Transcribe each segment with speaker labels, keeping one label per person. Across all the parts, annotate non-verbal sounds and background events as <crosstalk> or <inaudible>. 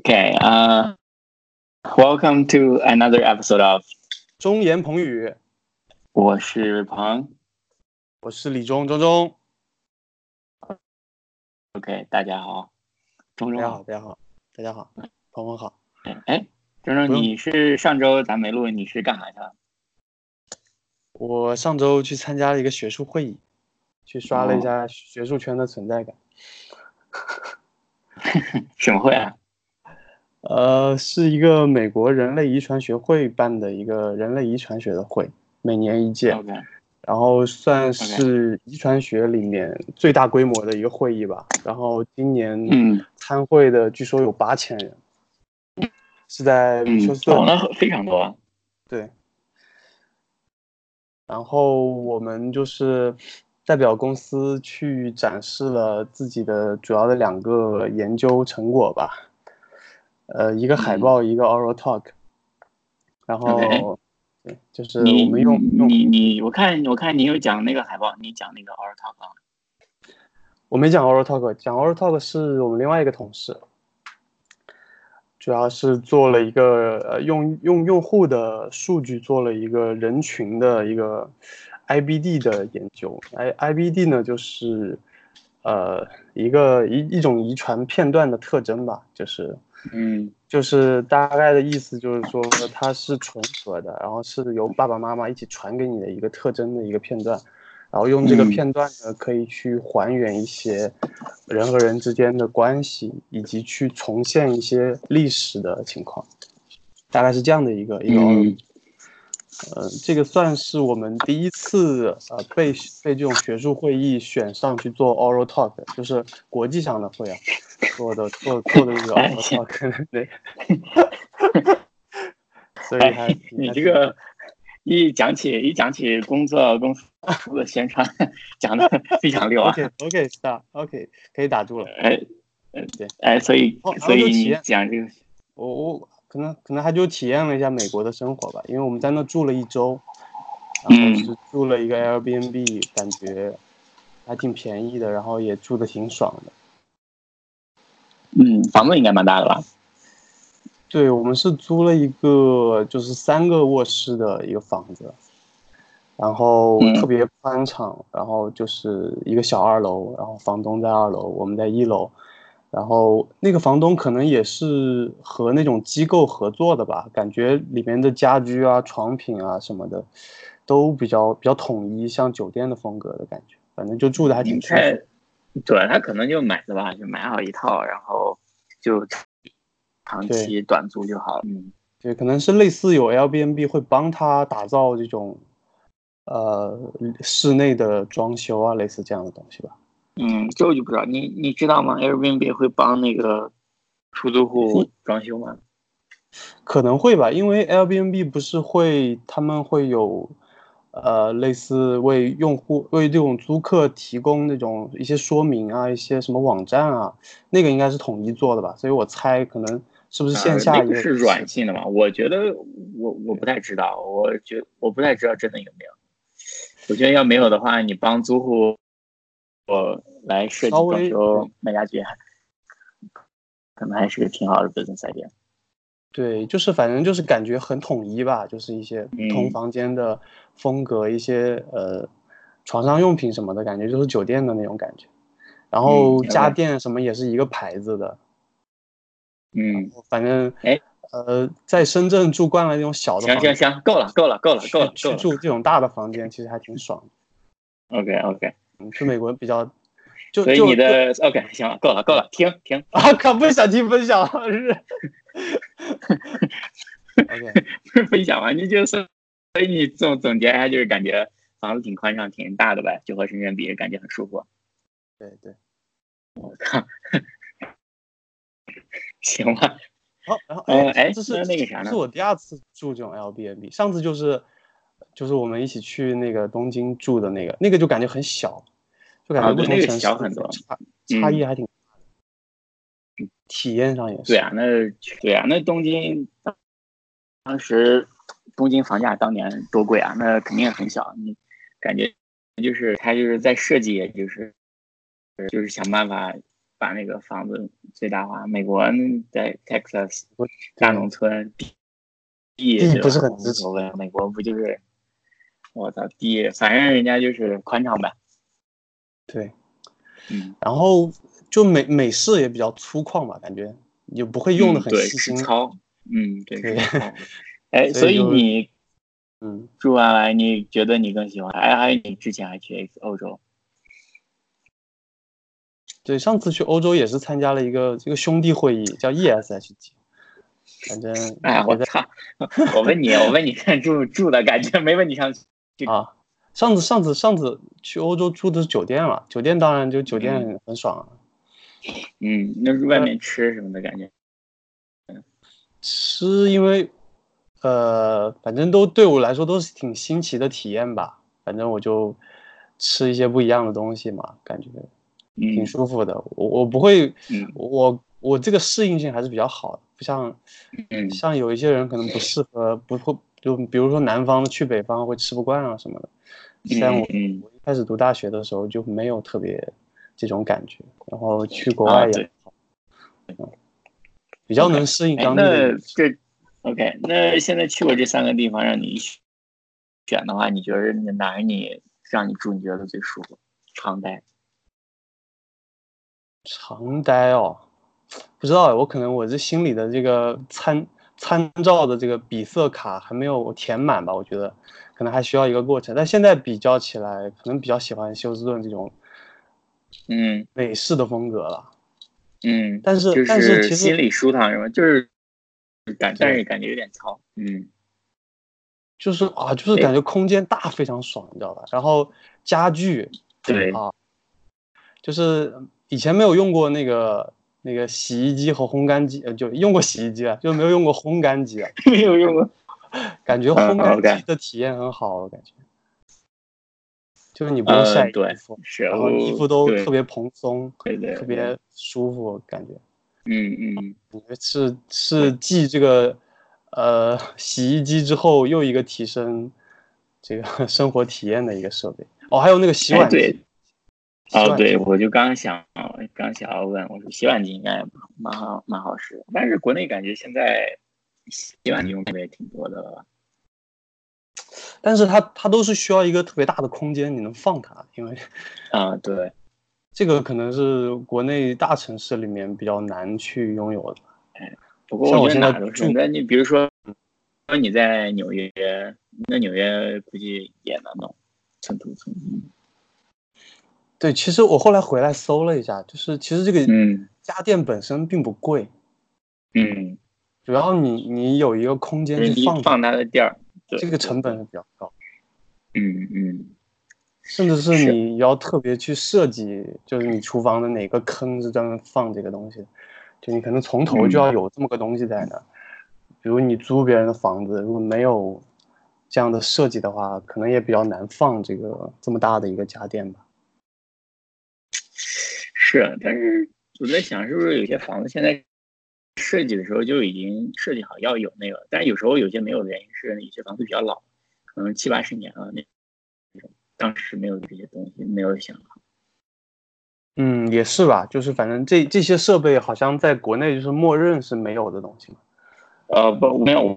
Speaker 1: Okay, uh, welcome to another episode of
Speaker 2: 中言彭语，
Speaker 1: 我是庞。
Speaker 2: 我是李忠忠忠。
Speaker 1: OK，大家好，钟
Speaker 2: 大
Speaker 1: 钟
Speaker 2: 家好，，大家好，大家好，朋友好。
Speaker 1: 哎，钟
Speaker 2: 不
Speaker 1: 钟，
Speaker 2: 用
Speaker 1: 你是上周咱没录，你是干啥去了？
Speaker 2: 我上周去参加了一个学术会议，去刷
Speaker 1: 哦
Speaker 2: 了一下学术圈的存在感。
Speaker 1: 什么会啊？
Speaker 2: 呃，是一个美国人类遗传学会办的一个人类遗传学的会，每年一届，
Speaker 1: OK，
Speaker 2: 然后算是遗传学里面最大规模的一个会议吧。然后今年
Speaker 1: 嗯
Speaker 2: 参会的据说有八千人，是在
Speaker 1: 嗯
Speaker 2: 密休斯，顿。
Speaker 1: 懂了非常多。
Speaker 2: 对。然后我们就是代表公司去展示了自己的主要的两个研究成果吧，呃，一个海
Speaker 1: 嗯
Speaker 2: 报，一个 oral talk。然后
Speaker 1: OK
Speaker 2: 对，就是
Speaker 1: 你
Speaker 2: 我们用用
Speaker 1: 你你，我看我看你有讲那个海报，你讲那个 o r t a 啊。
Speaker 2: 我没讲 oral talk，讲 oral talk 是我们另外一个同事，主要是做了一个呃用用用户的数据做了一个人群的一个 IBD 的研究。I 哎 IBD 呢就是呃一个一一种遗传片段的特征吧，就是
Speaker 1: 嗯
Speaker 2: 就是大概的意思就是说它是纯合的，然后是由爸爸妈妈一起传给你的一个特征的一个片段，然后用这个
Speaker 1: 嗯
Speaker 2: 片段呢可以去还原一些人和人之间的关系，以及去重现一些历史的情况，大概是这样的一个一个。
Speaker 1: 嗯
Speaker 2: 呃，这个算是我们第一次呃被被这种学术会议选上去做 oral talk，就是国际上的会啊，做的做做的那个
Speaker 1: 哎
Speaker 2: oral talk，对， <laughs>
Speaker 1: <laughs>
Speaker 2: 所以还
Speaker 1: 哎，你这个一讲起一讲起工作公司的宣传，讲的非常溜啊。
Speaker 2: OK OK stop OK 可以打住了，
Speaker 1: 哎，
Speaker 2: 对，
Speaker 1: 哎，所以
Speaker 2: 哦然后
Speaker 1: 所以
Speaker 2: 就体
Speaker 1: 你
Speaker 2: 验
Speaker 1: 讲这个，
Speaker 2: 我我可能可能还就体验了一下美国的生活吧，因为我们在那住了一周，然
Speaker 1: 嗯
Speaker 2: 后是住了一个 Airbnb，感觉还挺便宜的，然后也住的挺爽的。
Speaker 1: 嗯，房子应该蛮大的吧？
Speaker 2: 对，我们是租了一个就是三个卧室的一个房子，然后
Speaker 1: 嗯
Speaker 2: 特别宽敞，然后就是一个小二楼，然后房东在二楼，我们在一楼，然后那个房东可能也是和那种机构合作的吧，感觉里面的家居啊、床品啊什么的都比较比较统一，像酒店的风格的感觉，反正就住的还挺
Speaker 1: 你
Speaker 2: 舒服。
Speaker 1: 看，对他可能就买的吧，就买好一套，然后就长期短租就好了。嗯
Speaker 2: 对，可能是类似有 Airbnb 会帮他打造这种，呃，室内的装修啊，类似这样的东西吧。
Speaker 1: 嗯，这我就不知道，你你知道吗？Airbnb 会帮那个出租户装修吗？
Speaker 2: 可能会吧，因为 Airbnb 不是会他们会有，呃，类似为用户为这种租客提供那种一些说明啊，一些什么网站啊，那个应该是统一做的吧，所以我猜可能是不是线下
Speaker 1: 呃
Speaker 2: 也
Speaker 1: 那
Speaker 2: 有
Speaker 1: 个是软性的嘛？我觉得我我不太知道，我觉我不太知道真的有没有。我觉得要没有的话，你帮租户我来设计
Speaker 2: 稍
Speaker 1: 装
Speaker 2: 微
Speaker 1: 修卖家具，可能还是个挺好的 business idea。
Speaker 2: 对，就是反正就是感觉很统一吧，就是一些不同
Speaker 1: 嗯
Speaker 2: 房间的风格，一些呃床上用品什么的感觉，就是酒店的那种感觉。然后
Speaker 1: 嗯明
Speaker 2: 家
Speaker 1: 白
Speaker 2: 电什么也是一个牌子的，
Speaker 1: 嗯，
Speaker 2: 反正
Speaker 1: 哎
Speaker 2: 呃在深圳住惯了那种小的
Speaker 1: 行
Speaker 2: 房
Speaker 1: 行
Speaker 2: 间，
Speaker 1: 行，够了够了够了够了
Speaker 2: 去
Speaker 1: 够
Speaker 2: 去
Speaker 1: 了。
Speaker 2: 住这种大的房间其实还挺爽的。
Speaker 1: OK OK，
Speaker 2: 嗯，去美国比较就
Speaker 1: 所以
Speaker 2: 就
Speaker 1: 你的 OK 行了，够了够了，停停， <laughs>
Speaker 2: 啊靠，不想听分享了是 <laughs> ，OK。
Speaker 1: 分享完你就是，所以你总总结一下就是感觉房子挺宽敞挺大的呗，就和深圳比感觉很舒服。
Speaker 2: 对对，
Speaker 1: 我靠，行吧，
Speaker 2: 好，然后
Speaker 1: 呃哎
Speaker 2: 这
Speaker 1: 那
Speaker 2: 是
Speaker 1: 那个啥
Speaker 2: 这
Speaker 1: 呢
Speaker 2: 是我第二次住这种 Airbnb，上次就是就是我们一起去那个东京住的那个，那个就感觉很小，就感
Speaker 1: 啊
Speaker 2: 觉不
Speaker 1: 对
Speaker 2: 同
Speaker 1: 那个
Speaker 2: 城市
Speaker 1: 小很多
Speaker 2: 差差
Speaker 1: 嗯
Speaker 2: 异还挺大的，体验上也是。
Speaker 1: 对啊，那对啊，那东京当时东京房价当年多贵啊，那肯定很小，你感觉就是他就是在设计，就是就是想办法把那个房子最大化。美国在 Texas
Speaker 2: 不是
Speaker 1: 大农村地地
Speaker 2: 地
Speaker 1: 对
Speaker 2: 不是
Speaker 1: 吧
Speaker 2: 很值
Speaker 1: 无所谓，美国不就是我操地，反正人家就是宽敞呗。
Speaker 2: 对，
Speaker 1: 嗯，
Speaker 2: 然后就美美式也比较粗犷吧，感觉也不会用的
Speaker 1: 嗯
Speaker 2: 很
Speaker 1: 对
Speaker 2: 细
Speaker 1: 实
Speaker 2: 心。
Speaker 1: 操，嗯，对
Speaker 2: 对
Speaker 1: 实
Speaker 2: <laughs>
Speaker 1: 操。哎，
Speaker 2: 所
Speaker 1: 所
Speaker 2: 以
Speaker 1: 以
Speaker 2: 就
Speaker 1: 你
Speaker 2: 嗯，
Speaker 1: 住完来，你觉得你更喜欢？哎，还有你之前还去一次欧洲，
Speaker 2: 对，上次去欧洲也是参加了一个这个兄弟会议，叫
Speaker 1: <laughs>
Speaker 2: E ESHG，反正
Speaker 1: 哎，我操！我问你，我问你看住住的感觉，没问你上去。
Speaker 2: 啊，上次上次上次去欧洲住的是酒店了，酒店当然就酒店很很爽啊，
Speaker 1: 嗯，那外面吃什么的感觉？嗯
Speaker 2: 吃因为呃，反正都对我来说都是挺新奇的体验吧，反正我就吃一些不一样的东西嘛，感觉挺
Speaker 1: 嗯
Speaker 2: 舒服的。我我不会，
Speaker 1: 嗯
Speaker 2: 我我这个适应性还是比较好的，不像
Speaker 1: 嗯
Speaker 2: 像有一些人可能不适合，不会就比如说南方的去北方会吃不惯啊什么的。像我
Speaker 1: 嗯嗯，
Speaker 2: 我一开始读大学的时候就没有特别这种感觉，然后去国
Speaker 1: 啊
Speaker 2: 外
Speaker 1: 对
Speaker 2: 也好，嗯比较能适应
Speaker 1: 哎
Speaker 2: 当地的
Speaker 1: 那
Speaker 2: 饮食。
Speaker 1: 这 OK，那现在去过这三个地方，让你选的话，你觉得哪儿你让你住你觉得最舒服？常待，
Speaker 2: 常待哦，不知道哎，我可能我这心里的这个参参照的这个比色卡还没有填满吧，我觉得可能还需要一个过程。但现在比较起来，可能比较喜欢休斯顿这种
Speaker 1: 嗯
Speaker 2: 美式的风格了。
Speaker 1: 嗯，
Speaker 2: 但是
Speaker 1: 就
Speaker 2: 但是其实
Speaker 1: 心里舒坦是吗？就是感，但是感觉有点糙， <laughs> 嗯
Speaker 2: 就是啊，就是感觉空间大非常爽，你知道吧？然后家具
Speaker 1: 对
Speaker 2: 啊，就是以前没有用过那个那个洗衣机和烘干机，呃，就用过洗衣机啊，就没有用过烘干机啊。
Speaker 1: 没有用过，
Speaker 2: 感觉
Speaker 1: 嗯
Speaker 2: 烘干
Speaker 1: OK
Speaker 2: 机的体验很好，我感觉，就是你不用晒
Speaker 1: 呃，
Speaker 2: 衣
Speaker 1: 对
Speaker 2: 服，，
Speaker 1: 是，
Speaker 2: 然后衣服都特别蓬松，
Speaker 1: 对对，对
Speaker 2: 特别舒服，感觉
Speaker 1: 嗯嗯，
Speaker 2: 感觉是是继这个呃洗衣机之后又一个提升这个 <laughs> 生活体验的一个设备。哦，还有那个洗碗
Speaker 1: 哎对
Speaker 2: 机，洗碗
Speaker 1: 哦，
Speaker 2: 机
Speaker 1: 对，我就刚想，刚想要问，我说洗碗机应该蛮好，蛮好使，但是国内感觉现在洗碗机用的也挺多的了。
Speaker 2: 但是它它都是需要一个特别大的空间，你能放它，因为 <laughs>
Speaker 1: 啊，对，
Speaker 2: 这个可能是国内大城市里面比较难去拥有的。
Speaker 1: 不过
Speaker 2: 像
Speaker 1: 我
Speaker 2: 我
Speaker 1: 觉得哪
Speaker 2: 现在
Speaker 1: 都是
Speaker 2: 住。
Speaker 1: 那你比如说，说你在纽约，那纽约估计也难弄，寸土寸金。
Speaker 2: 对，其实我后来回来搜了一下，就是其实这个
Speaker 1: 嗯
Speaker 2: 家电本身并不贵，
Speaker 1: 嗯，
Speaker 2: 主要你你有一个空间
Speaker 1: 就是
Speaker 2: 去
Speaker 1: 你
Speaker 2: 放它，
Speaker 1: 放它的地儿，对
Speaker 2: 这个成本是比较高，
Speaker 1: 嗯嗯，
Speaker 2: 甚至是
Speaker 1: 是
Speaker 2: 你要特别去设计，就是你厨房的哪个坑是专门放这个东西的，就你可能从头就要有这么个东西在那儿。比如你租别人的房子，如果没有这样的设计的话，可能也比较难放这个这么大的一个家电吧。
Speaker 1: 是。啊但是我在想，是不是有些房子现在设计的时候就已经设计好要有那个，但是有时候有些没有的原因是，有些房子比较老，可能七八十年了那种，当时没有这些东西，没有想好。
Speaker 2: 嗯，也是吧，就是反正这这些设备好像在国内就是默认是没有的东西嘛。
Speaker 1: 呃，不，没有，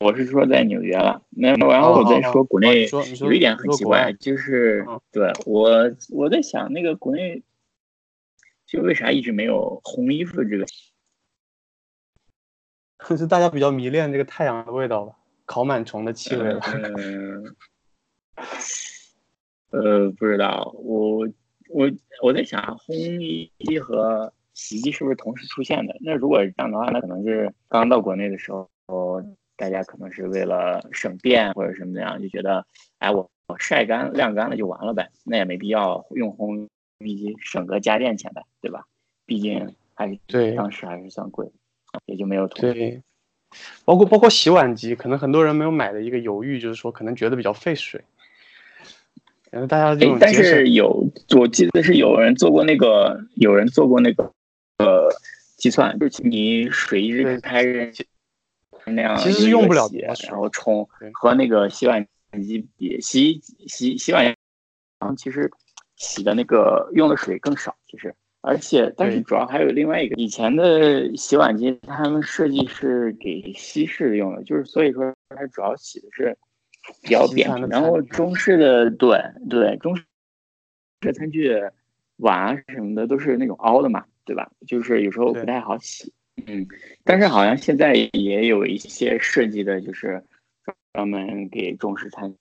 Speaker 1: 我是说在纽约了。那然后我再说国
Speaker 2: 哦
Speaker 1: 内
Speaker 2: 你说你说
Speaker 1: 有一点很
Speaker 2: 你说
Speaker 1: 奇
Speaker 2: 国
Speaker 1: 怪，
Speaker 2: 外
Speaker 1: 就是
Speaker 2: 嗯
Speaker 1: 对我我在想那个国内，就为啥一直没有烘衣服这个？
Speaker 2: <laughs> 可是大家比较迷恋这个太阳的味道吧，烤螨虫的气味吧。 <laughs>
Speaker 1: 嗯， <laughs> 呃，不知道，我我我在想烘衣机和洗衣机是不是同时出现的？那如果这样的话，那可能是刚到国内的时候，大家可能是为了省电或者什么怎样，就觉得，哎，我我晒干晾干了就完了呗，那也没必要用烘衣机，省个家电钱呗，对吧？毕竟还是
Speaker 2: 对
Speaker 1: 当时还是算贵，也就没有同时
Speaker 2: 对，包括包括洗碗机，可能很多人没有买的一个犹豫就是说，可能觉得比较费水，然后大家这
Speaker 1: 哎
Speaker 2: 种，
Speaker 1: 但
Speaker 2: 节省
Speaker 1: 是有，我记得是有人做过那个，有人做过那个，呃，计算，就是你水一直
Speaker 2: 对
Speaker 1: 开着
Speaker 2: 其
Speaker 1: 那样，
Speaker 2: 其实是用不了
Speaker 1: 洗，
Speaker 2: 多少
Speaker 1: 然后冲
Speaker 2: 对
Speaker 1: 和那个洗碗机比，洗衣洗洗碗，然后其实洗的那个用的水更少，其实而且，但是主要还有另外一个，以前的洗碗机他们设计是给西式用的，就是所以说它主要洗的是比较扁
Speaker 2: 西餐
Speaker 1: 平。
Speaker 2: 的
Speaker 1: 然后中式的对对中式的餐具碗啊什么的都是那种凹的嘛，对吧？就是有时候
Speaker 2: 对
Speaker 1: 不太好洗。嗯，但是好像现在也有一些设计的，就是专门给中式餐，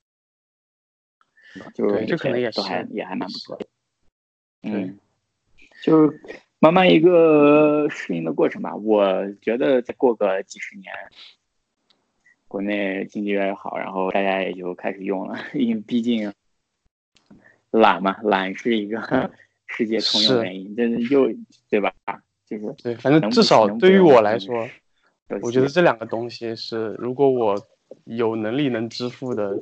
Speaker 1: 就是
Speaker 2: 对这可能也
Speaker 1: 都
Speaker 2: 是
Speaker 1: 还也还蛮不错的。嗯
Speaker 2: 对。
Speaker 1: 就是慢慢一个适应的过程吧。我觉得再过个几十年，国内经济越来越好，然后大家也就开始用了， <laughs> 因为毕竟懒嘛，懒是一个 <laughs> 世界通用
Speaker 2: 是
Speaker 1: 原因，这是又对吧？就是
Speaker 2: 对，反正
Speaker 1: 能
Speaker 2: 至
Speaker 1: 不
Speaker 2: 少
Speaker 1: 能不
Speaker 2: 对于
Speaker 1: 用
Speaker 2: 我
Speaker 1: 就
Speaker 2: 来
Speaker 1: 是
Speaker 2: 说，
Speaker 1: 都
Speaker 2: 我
Speaker 1: 行
Speaker 2: 觉得这两个东西是，如果我有能力能支付的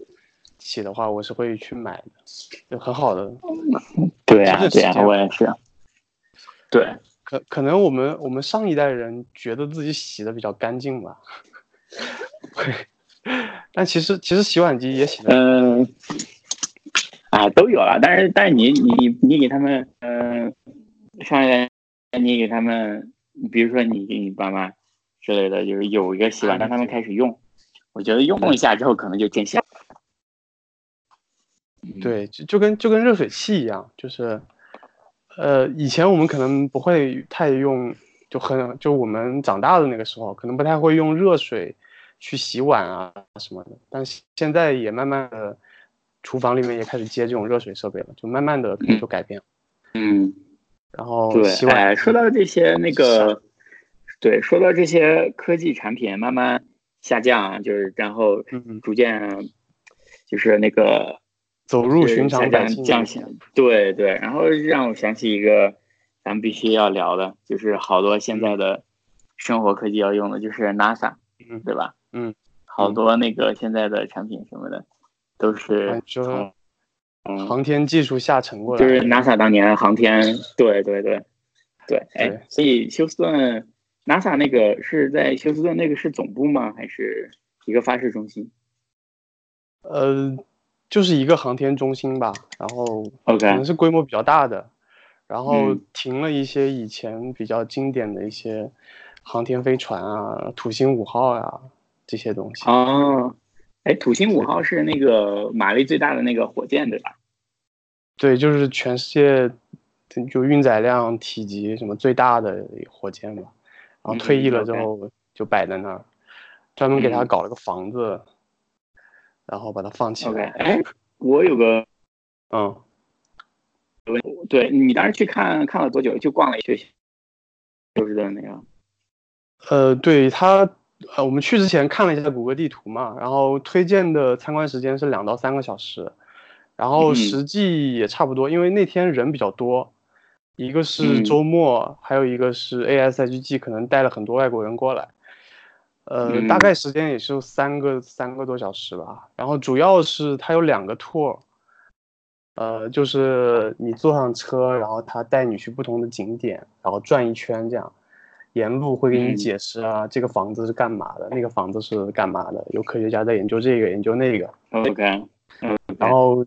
Speaker 2: 起的话，我是会去买的，就很好的。
Speaker 1: 对呀、
Speaker 2: 真的是
Speaker 1: 对呀、啊
Speaker 2: 这样
Speaker 1: 我也是，对，
Speaker 2: 可可能我们我们上一代人觉得自己洗的比较干净吧， <laughs> 会， <laughs> 但其实其实洗碗机也洗的，
Speaker 1: 嗯，啊，都有了，但是但是你你你给他们，嗯、上一代你给他们，比如说你给你爸妈之类的，就是有一个习惯，
Speaker 2: 嗯
Speaker 1: 让他们开始用，我觉得用一下之后可能就见效。嗯，
Speaker 2: 对，就就跟就跟热水器一样，就是，呃，以前我们可能不会太用，就很就我们长大的那个时候，可能不太会用热水去洗碗啊什么的，但是现在也慢慢的，厨房里面也开始接这种热水设备了，就慢慢的可能就改变了，
Speaker 1: 嗯，
Speaker 2: 然后洗
Speaker 1: 对，
Speaker 2: 碗、
Speaker 1: 哎，说到这些那个，对，说到这些科技产品慢慢下降，啊就是然后
Speaker 2: 嗯
Speaker 1: 逐渐就是那个
Speaker 2: 走入
Speaker 1: 就是
Speaker 2: 寻常
Speaker 1: 下
Speaker 2: 百
Speaker 1: 降
Speaker 2: 姓
Speaker 1: 降下，对对，然后让我想起一个咱们必须要聊的，就是好多现在的生活科技要用的，就是 NASA，
Speaker 2: 嗯
Speaker 1: 对吧？
Speaker 2: 嗯，
Speaker 1: 好多那个现在的产品什么的，都
Speaker 2: 啊
Speaker 1: 是
Speaker 2: 你说
Speaker 1: 从嗯，
Speaker 2: 航天技术下沉过来，
Speaker 1: 就是 NASA 当年航天，对对对对，
Speaker 2: 对
Speaker 1: 哎，所以休斯顿 NASA 那个是在休斯顿那个是总部吗？还是一个发射中心
Speaker 2: 呃，就是一个航天中心吧，然后
Speaker 1: ？OK，
Speaker 2: 可能是规模比较大的，然后
Speaker 1: 嗯
Speaker 2: 停了一些以前比较经典的一些航天飞船啊、土星五号啊这些东西。
Speaker 1: 哦，哎，土星五号是那个马力最大的那个火箭，对吧？
Speaker 2: 对，就是全世界就运载量、体积什么最大的火箭吧。然后退役了之后就摆在那儿，专门给它
Speaker 1: 嗯
Speaker 2: 搞了个房子，然后把它放起
Speaker 1: OK，
Speaker 2: 来。
Speaker 1: 哎，我有个
Speaker 2: 嗯，
Speaker 1: 对你当时去看看了多久？就逛了一学期，就是的那个。
Speaker 2: 呃，对它，呃，我们去之前看了一下谷歌地图嘛，然后推荐的参观时间是两到三个小时，然后
Speaker 1: 嗯
Speaker 2: 实际也差不多，因为那天人比较多，一个是
Speaker 1: 嗯
Speaker 2: 周末，还有一个是 ASIGG 可能带了很多外国人过来，呃，大
Speaker 1: 嗯
Speaker 2: 概时间也是三个三个多小时吧，然后主要是它有两个 tour。呃，就是你坐上车，然后他带你去不同的景点，然后转一圈这样，沿路会给你
Speaker 1: 嗯
Speaker 2: 解释啊，这个房子是干嘛的，那个房子是干嘛的，有科学家在研究这个，研究那个，
Speaker 1: OK，嗯
Speaker 2: 然后、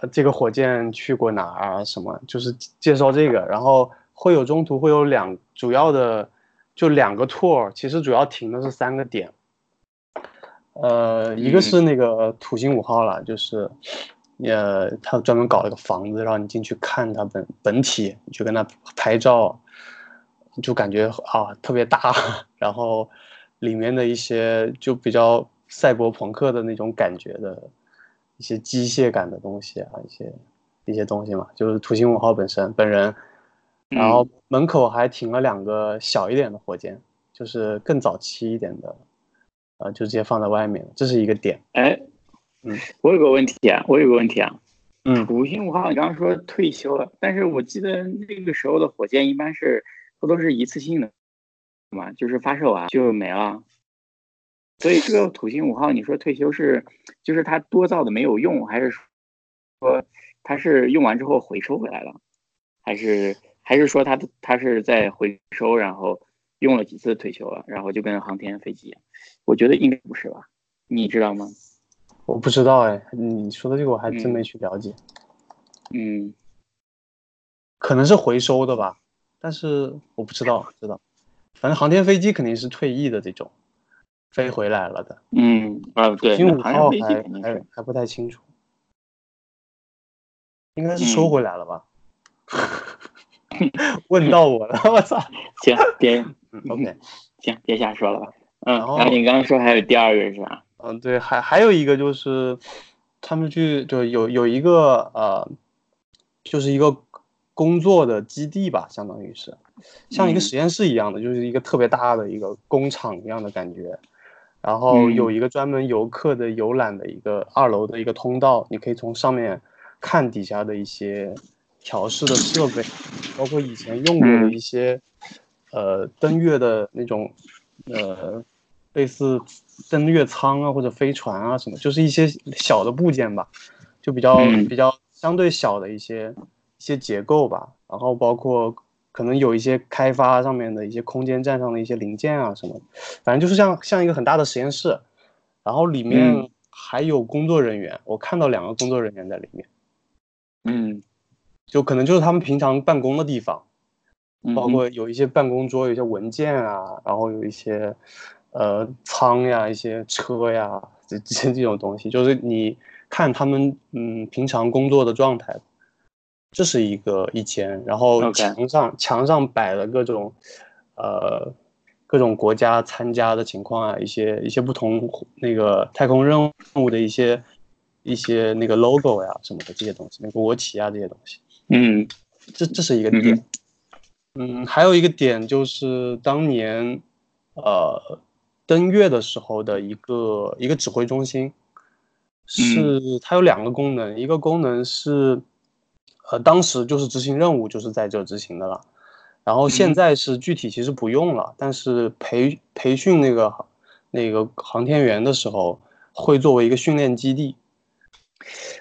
Speaker 2: 呃这个火箭去过哪儿啊，什么，就是介绍这个，然后会有中途会有两主要的，就两个 tour，其实主要停的是三个点，呃，一个是那个土星五号了，就是，呃，他专门搞了个房子让你进去看它本本体，你去跟它拍照，就感觉啊特别大，然后里面的一些就比较赛博朋克的那种感觉的一些机械感的东西啊，一些一些东西嘛，就是土星五号本身本人，
Speaker 1: 嗯
Speaker 2: 然后门口还停了两个小一点的火箭，就是更早期一点的，呃，就直接放在外面，这是一个点。
Speaker 1: 哎，
Speaker 2: 嗯，
Speaker 1: 我有个问题啊，我有个问题啊，
Speaker 2: 嗯，
Speaker 1: 土星五号你刚刚说退休了，但是我记得那个时候的火箭一般是不都是一次性的嘛，就是发射完就没了。所以这个土星五号，你说退休是就是它多造的没有用，还是说它是用完之后回收回来了，还是还是说它的它是在回收，然后用了几次退休了，然后就跟航天飞机一样？我觉得应该不是吧？你知道吗？
Speaker 2: 我不知道哎，你说的这个我还真
Speaker 1: 嗯
Speaker 2: 没去了解，
Speaker 1: 嗯，
Speaker 2: 可能是回收的吧，但是我不知道，不知道，反正航天飞机肯定是退役的这种，飞回来了的。
Speaker 1: 嗯啊，对，
Speaker 2: 新五
Speaker 1: 那航天
Speaker 2: 号
Speaker 1: 飞机
Speaker 2: 还
Speaker 1: 肯定
Speaker 2: 还
Speaker 1: 是
Speaker 2: 还不太清楚，应该
Speaker 1: 嗯
Speaker 2: 是收回来了吧？ <laughs> 问到我了，我操！
Speaker 1: 行，别
Speaker 2: 嗯 OK，
Speaker 1: 行别瞎说了吧。嗯，
Speaker 2: 然后
Speaker 1: 然后你刚刚说还有第二个是啥？
Speaker 2: 嗯，对，还还有一个就是，他们去就有有一个呃，就是一个工作的基地吧，相当于是，像一个
Speaker 1: 嗯
Speaker 2: 实验室一样的，就是一个特别大的一个工厂一样的感觉。然后
Speaker 1: 嗯
Speaker 2: 有一个专门游客的游览的一个二楼的一个通道，你可以从上面看底下的一些调试的设备，包括以前用过的
Speaker 1: 嗯
Speaker 2: 一些、呃登月的那种呃类似登月舱啊或者飞船啊什么，就是一些小的部件吧，就比较、
Speaker 1: 嗯
Speaker 2: 比较相对小的一些一些结构吧，然后包括可能有一些开发上面的一些空间站上的一些零件啊什么，反正就是像像一个很大的实验室，然后里面
Speaker 1: 嗯
Speaker 2: 还有工作人员，我看到两个工作人员在里面，
Speaker 1: 嗯，
Speaker 2: 就可能就是他们平常办公的地方。
Speaker 1: 嗯
Speaker 2: 包括有一些办公桌，有一些文件啊，然后有一些呃仓呀、一些车呀，这 <laughs> 这这种东西，就是你看他们嗯平常工作的状态，这是一个一间，然后
Speaker 1: OK
Speaker 2: 墙上墙上摆了各种呃各种国家参加的情况啊，一些一些不同那个太空任务的一些一些那个 logo 呀什么的这些东西，那个国旗啊这些东西。
Speaker 1: 嗯
Speaker 2: 这这是一
Speaker 1: 嗯
Speaker 2: 个
Speaker 1: 哼
Speaker 2: 点。嗯，还有一个点就是当年，呃，登月的时候的一个一个指挥中心，
Speaker 1: 嗯
Speaker 2: 是它有两个功能，一个功能是，呃，当时就是执行任务就是在这执行的了，然后现
Speaker 1: 嗯
Speaker 2: 在是具体其实不用了，但是培培训那个那个航天员的时候会作为一个训练基地，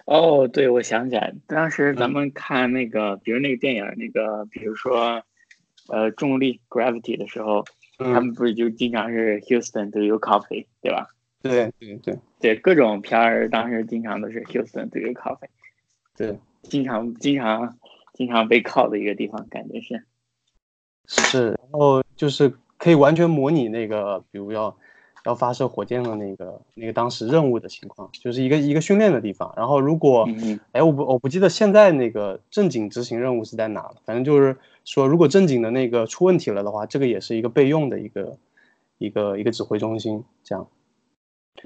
Speaker 1: 哦，对，我想起来，当时咱们看那个，比如那个电影，那个比如说，呃，重力 Gravity 的时候，他
Speaker 2: 嗯，
Speaker 1: 们不是就经常是 Houston do you copy，对吧？
Speaker 2: 对对对
Speaker 1: 对，各种片儿当时经常都是 Houston do you copy，
Speaker 2: 对，
Speaker 1: 经常经常经常被靠的一个地方，感觉是，
Speaker 2: 是，然后就是可以完全模拟那个，比如要要发射火箭的那个那个当时任务的情况，就是一个一个训练的地方。然后如果，
Speaker 1: 嗯
Speaker 2: 哎，我不我不记得现在那个正经执行任务是在哪了，反正就是说，如果正经的那个出问题了的话，这个也是一个备用的一个一个一个指挥中心这样。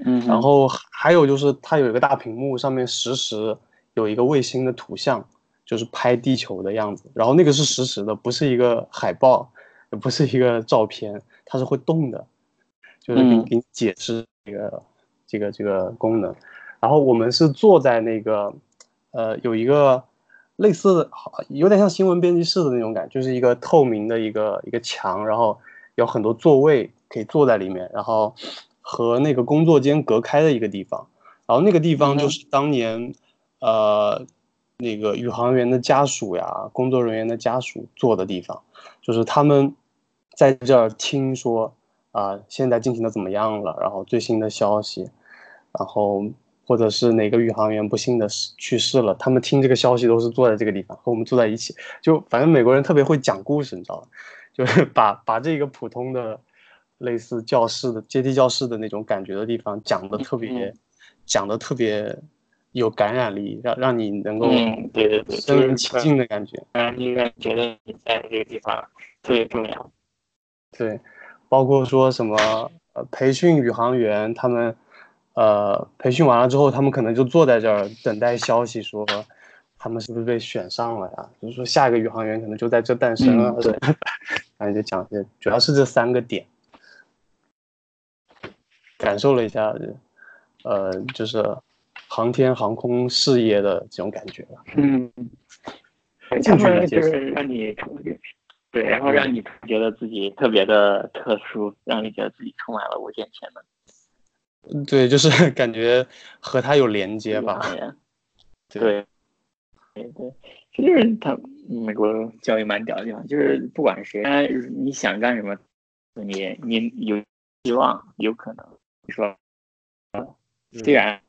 Speaker 1: 嗯，
Speaker 2: 然后还还有就是它有一个大屏幕，上面实时有一个卫星的图像，就是拍地球的样子。然后那个是实时的，不是一个海报，也不是一个照片，它是会动的，就是给你
Speaker 1: 嗯
Speaker 2: 给你解释这个这个这个功能。然后我们是坐在那个呃有一个类似的，好有点像新闻编辑室的那种感觉，就是一个透明的一个一个墙，然后有很多座位可以坐在里面，然后和那个工作间隔开的一个地方。然后那个地方
Speaker 1: 嗯
Speaker 2: 就
Speaker 1: 哼
Speaker 2: 是当年、呃那个宇航员的家属呀，工作人员的家属坐的地方，就是他们在这儿听说啊、现在进行的怎么样了，然后最新的消息，然后或者是哪个宇航员不幸的去世了，他们听这个消息都是坐在这个地方，和我们坐在一起。就反正美国人特别会讲故事，你知道吗？ <laughs> 就是把把这个普通的类似教室的阶梯教室的那种感觉的地方讲的特别，
Speaker 1: 嗯
Speaker 2: 讲的特别有感染力，让让你能够
Speaker 1: 嗯，对对对，
Speaker 2: 身临其境的感觉。
Speaker 1: 让你让觉得你在这个地方特别重要，
Speaker 2: 对，包括说什么呃培训宇航员，他们呃培训完了之后，他们可能就坐在这儿等待消息，说他们是不是被选上了呀？就是说下一个宇航员可能就在这诞生啊。
Speaker 1: 嗯对，
Speaker 2: <laughs> 反正就讲这，主要是这三个点，感受了一下，呃，就是航天航空事业的这种感觉吧。
Speaker 1: 嗯，他
Speaker 2: 进去
Speaker 1: 们
Speaker 2: 理解嗯
Speaker 1: 就是让你充对，然后让你觉得自己特别的特殊，让你觉得自己充满了无限潜能。
Speaker 2: 对，就是 <laughs> 感觉和它有连接吧。对
Speaker 1: 对，对对，这就是他美国教育蛮屌的地方，就是不管谁，哎你想干什么，你你有希望，有可能
Speaker 2: 嗯
Speaker 1: 说，虽然、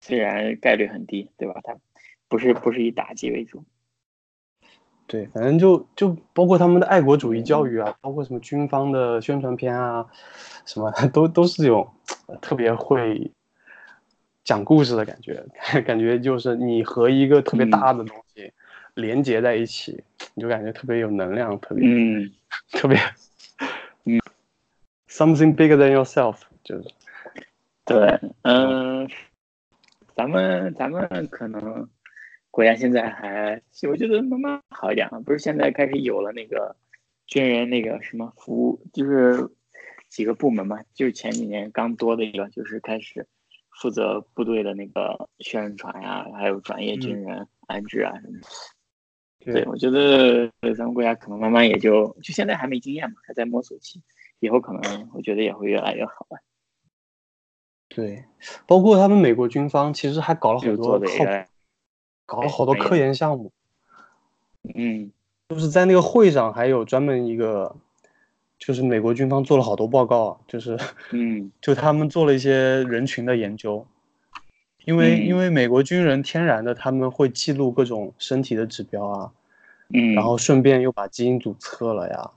Speaker 1: 虽然概率很低，对吧？它不是不是以打击为主，
Speaker 2: 对，反正就就包括他们的爱国主义教育啊，包括什么军方的宣传片啊，什么都都是有特别会讲故事的感觉， <laughs> 感觉就是你和一个特
Speaker 1: 嗯
Speaker 2: 别大的东西连接在一起，你就感觉特别有能量，特别、
Speaker 1: 嗯
Speaker 2: 特别
Speaker 1: 嗯
Speaker 2: <laughs> ，something bigger than yourself，就是
Speaker 1: 对，嗯、咱们咱们可能国家现在还，我觉得慢慢好一点啊，不是现在开始有了那个军人那个什么服务，就是几个部门嘛，就是前几年刚多的一个，就是开始负责部队的那个宣传呀、还有专业军人安置啊什么的。对，我觉得咱们国家可能慢慢也就就现在还没经验嘛，还在摸索期，以后可能我觉得也会越来越好吧，
Speaker 2: 对，包括他们美国军方其实还搞了
Speaker 1: 就
Speaker 2: 很
Speaker 1: 做
Speaker 2: 多
Speaker 1: 的也哎
Speaker 2: 靠
Speaker 1: 越来
Speaker 2: 搞了好多
Speaker 1: 专业
Speaker 2: 科研项目。
Speaker 1: 嗯
Speaker 2: 就是在那个会上还有专门一个，就是美国军方做了好多报告啊，就是
Speaker 1: 嗯
Speaker 2: 就他们做了一些人群的研究，因为
Speaker 1: 嗯
Speaker 2: 因为美国军人天然的他们会记录各种身体的指标啊，
Speaker 1: 嗯，
Speaker 2: 然后顺便又把基因组测了呀，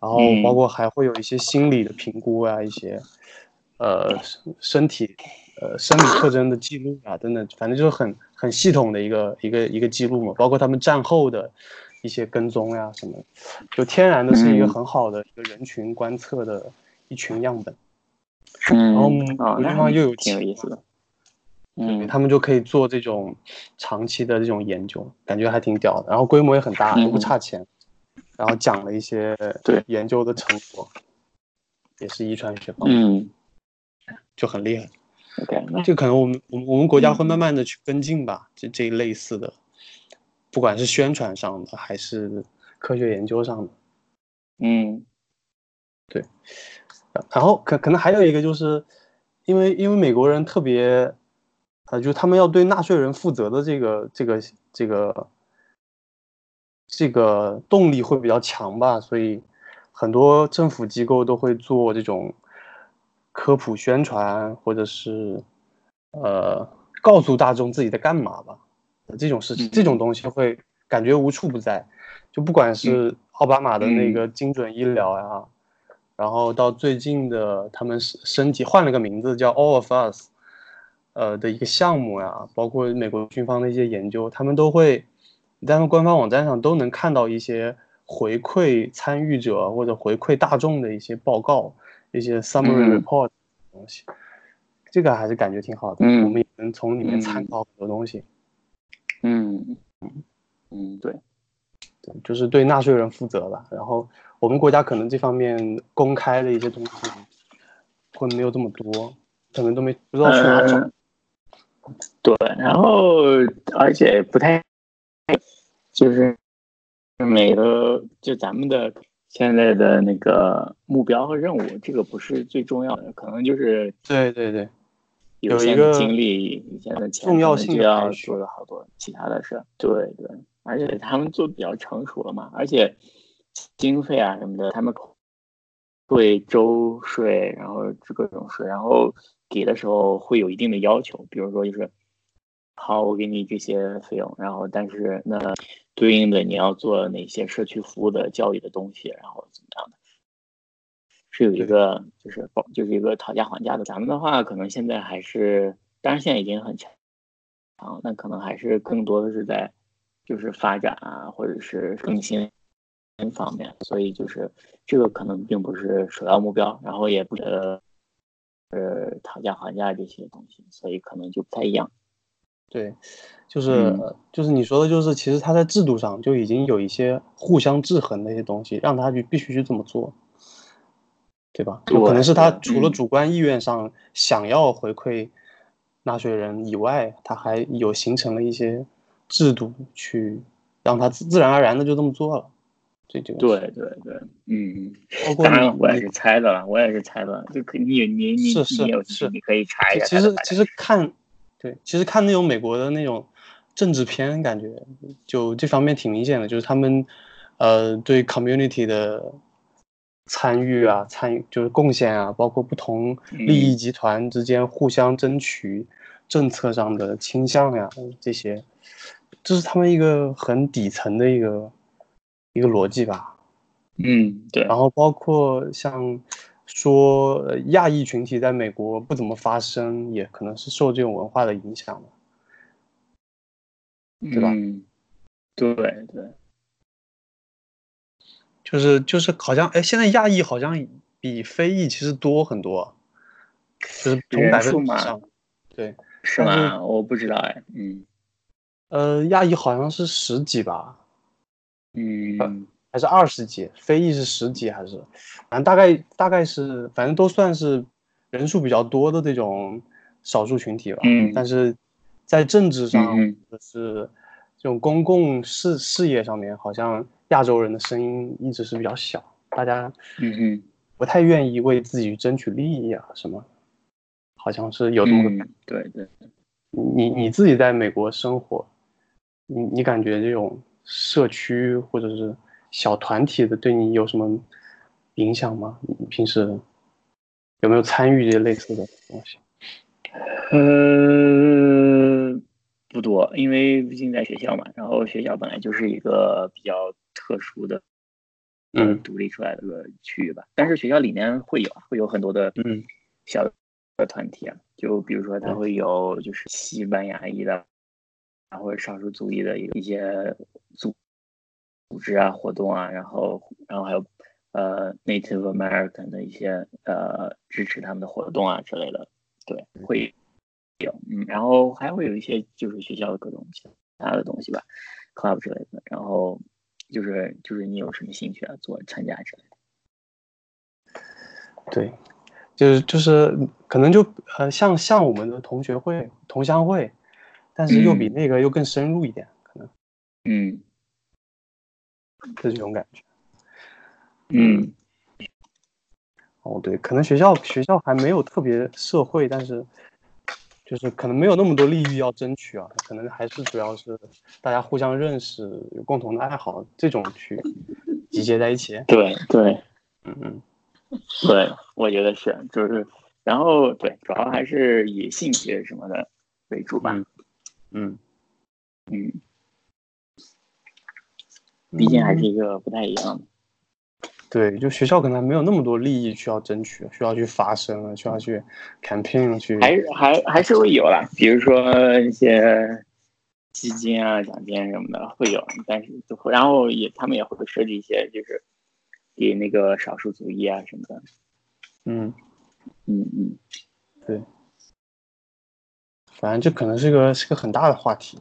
Speaker 2: 然后
Speaker 1: 嗯
Speaker 2: 包括还会有一些心理的评估啊，一些呃身身体呃生理特征的记录啊等等，反正就是很很系统的一个一个一个记录嘛，包括他们战后的一些跟踪呀、什么，就天然的是一个
Speaker 1: 嗯
Speaker 2: 很好的一个人群观测的一群样本，
Speaker 1: 嗯，
Speaker 2: 然后
Speaker 1: 哦
Speaker 2: 我
Speaker 1: 那
Speaker 2: 地方
Speaker 1: 还
Speaker 2: 又有
Speaker 1: 挺有
Speaker 2: 其
Speaker 1: 意思的，嗯
Speaker 2: 他们就可以做这种长期的这种研究，感觉还挺屌的，然后规模也很大，
Speaker 1: 嗯
Speaker 2: 也不差钱，然后讲了一些
Speaker 1: <laughs> 对
Speaker 2: 研究的成果，也是遗传学方面
Speaker 1: 嗯
Speaker 2: 就很厉害。
Speaker 1: ，OK，那
Speaker 2: 这可能我们我们我们国家会慢慢的去跟进
Speaker 1: 嗯
Speaker 2: 吧，这这一类似的，不管是宣传上的还是科学研究上的。
Speaker 1: 嗯
Speaker 2: 然后可可能还有一个就是，因为因为美国人特别，啊、就是他们要对纳税人负责的这个这个这个这个动力会比较强吧，所以很多政府机构都会做这种科普宣传，或者是呃告诉大众自己在干嘛吧，这种事情
Speaker 1: 嗯
Speaker 2: 这种东西会感觉无处不在，就不管是奥巴马的那
Speaker 1: 嗯
Speaker 2: 个精准医疗呀、然后到最近的他们升升级换了个名字叫 All of Us，呃的一个项目呀、包括美国军方的一些研究，他们都会在他们官方网站上都能看到一些回馈参与者或者回馈大众的一些报告、一些 summary
Speaker 1: 嗯
Speaker 2: report 的东西，这个还是感觉挺好的，
Speaker 1: 嗯
Speaker 2: 我们也能从里面参
Speaker 1: 嗯
Speaker 2: 考很多东西，
Speaker 1: 嗯嗯，对，
Speaker 2: 对就是对纳税人负责吧。然后我们国家可能这方面公开的一些东西会没有这么多，可能都没不知道去哪找。
Speaker 1: 嗯，对，然后而且不太，就是每个就咱们的现在的那个目标和任务，这个不是最重要的，可能就是
Speaker 2: 对对对，
Speaker 1: 有
Speaker 2: 有一
Speaker 1: 限的
Speaker 2: 个
Speaker 1: 精力、有限的钱，
Speaker 2: 重要
Speaker 1: 可能
Speaker 2: 性
Speaker 1: 就
Speaker 2: 的
Speaker 1: 要
Speaker 2: 排序
Speaker 1: 做的好多其他的事儿。对对，而且他们做得比较成熟了嘛，而且经费啊什么的，他们会州税，然后各种税，然后给的时候会有一定的要求，比如说就是，好，我给你这些费用，然后但是那对应的你要做哪些社区服务的教育的东西，然后怎么样的。是有一个就是保就是一个讨价还价的。咱们的话，可能现在还是，当然现在已经很强，啊，那可能还是更多的是在就是发展啊，或者是更新方面，所以就是这个可能并不是首要目标，然后也不觉得呃讨价还价这些东西，所以可能就不太一样。
Speaker 2: 对，就是、
Speaker 1: 嗯
Speaker 2: 呃就是你说的，就是其实它在制度上就已经有一些互相制衡的一些东西，让他去必须去这么做，对吧？就可能是他
Speaker 1: 对
Speaker 2: 除了
Speaker 1: 嗯
Speaker 2: 主观意愿上想要回馈纳税人以外，他还有形成了一些制度去让他自自然而然的就这么做了。这这个
Speaker 1: 对对对，嗯，
Speaker 2: 包括
Speaker 1: 当然了
Speaker 2: 你
Speaker 1: 我也
Speaker 2: 你
Speaker 1: 是猜的了，我也是猜的了，就可你你你
Speaker 2: 是是
Speaker 1: 你有
Speaker 2: 是
Speaker 1: 你可以查一下
Speaker 2: 其
Speaker 1: 它的
Speaker 2: 实
Speaker 1: 发展。
Speaker 2: 其实看，对，其实看那种美国的那种政治片，感觉就这方面挺明显的，就是他们呃对 community 的参与啊，参与就是贡献啊，包括不同利益集团之间互相争取政策上的倾向呀、这些，这是他们一个很底层的一个一个逻辑吧。
Speaker 1: 嗯，对，
Speaker 2: 然后包括像说呃亚裔群体在美国不怎么发声，也可能是受这种文化的影响吧。对吧
Speaker 1: 嗯，对对，
Speaker 2: 就是就是好像哎，现在亚裔好像比非裔其实多很多，就是从
Speaker 1: 人
Speaker 2: 百分
Speaker 1: 数
Speaker 2: 比
Speaker 1: 嘛
Speaker 2: 上，对，
Speaker 1: 是
Speaker 2: 但是
Speaker 1: 吗？我不知道哎，嗯
Speaker 2: 呃，亚裔好像是十几吧，
Speaker 1: 嗯
Speaker 2: 还是二十几，非裔是十几还是，反正大概大概是，反正都算是人数比较多的这种少数群体吧。
Speaker 1: 嗯
Speaker 2: 但是在政治上，
Speaker 1: 嗯
Speaker 2: 或者是这种公共事事业上面，好像亚洲人的声音一直是比较小，大家
Speaker 1: 嗯嗯
Speaker 2: 不太愿意为自己争取利益啊什么，好像是有这么个
Speaker 1: 嗯，对对，
Speaker 2: 你你自己在美国生活，你你感觉这种社区或者是小团体的对你有什么影响吗？你平时有没有参与这类似的东西？
Speaker 1: 呃，不多，因为毕竟在学校嘛，然后学校本来就是一个比较特殊的。呃
Speaker 2: 嗯
Speaker 1: 独立出来的个区域吧。但是学校里面会有啊，会有很多的
Speaker 2: 嗯
Speaker 1: 小的团体啊，就比如说它
Speaker 2: 嗯
Speaker 1: 会有就是西班牙裔的，啊或者少数族裔的一个一些组组织啊活动啊，然后然后还有呃 Native American 的一些呃支持他们的活动啊之类的，对，会有嗯，然后还会有一些就是学校的各种其他的东西吧，club 之类的，然后。就是就是你有什么兴趣啊，做参加之类的。
Speaker 2: 对，就是就是可能就呃像像我们的同学会、同乡会，但是又比
Speaker 1: 嗯
Speaker 2: 那个又更深入一点，可能
Speaker 1: 嗯
Speaker 2: 是这种感觉。
Speaker 1: 嗯
Speaker 2: 哦，对，可能学校学校还没有特别社会，但是就是可能没有那么多利益要争取啊，可能还是主要是大家互相认识，有共同的爱好这种去集结在一起。
Speaker 1: 对对
Speaker 2: 嗯嗯，
Speaker 1: 对，我觉得是，就是然后对，主要还是以兴趣什么的为主吧。
Speaker 2: 嗯嗯，
Speaker 1: 嗯，毕竟还
Speaker 2: 嗯
Speaker 1: 是一个不太一样的。
Speaker 2: 对，就学校可能还没有那么多利益需要争取，需要去发声啊，需要去 campaign 去。
Speaker 1: 还是还还是会有啦，比如说一些基金啊、奖金什么的会有，但是就会然后也他们也会设计一些就是给那个少数族裔啊什么的。
Speaker 2: 嗯，
Speaker 1: 嗯嗯，
Speaker 2: 对，反正这可能是个是个很大的话题。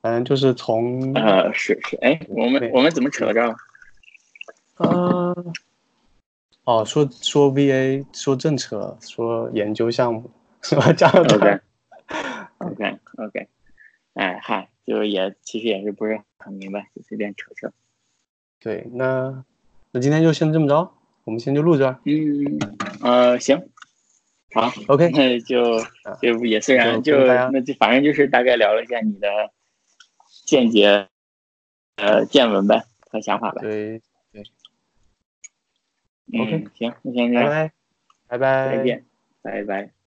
Speaker 2: 反正就是从
Speaker 1: 呃，是是，哎，我们
Speaker 2: 嗯对
Speaker 1: 我们怎么扯到这儿
Speaker 2: <laughs>
Speaker 1: 了？
Speaker 2: 啊，哦，说说 VA，说政策，说研究项目，是吧？ <laughs> 加拿大
Speaker 1: OK OK OK，哎嗨，就是也其实也是不是很明白，就随便扯扯。
Speaker 2: 对，那那今天就先这么着，我们先就录这儿。
Speaker 1: 嗯呃行，好
Speaker 2: OK，
Speaker 1: 那就
Speaker 2: 啊
Speaker 1: 就也虽然
Speaker 2: 嗯就
Speaker 1: 就
Speaker 2: 跟大家
Speaker 1: 那就反正就是大概聊了一下你的见解，呃见闻呗和想法呗。
Speaker 2: 对，
Speaker 1: 嗯
Speaker 2: OK
Speaker 1: 行，那先这
Speaker 2: 拜
Speaker 1: 样，
Speaker 2: 拜，拜拜，
Speaker 1: 再见，拜拜。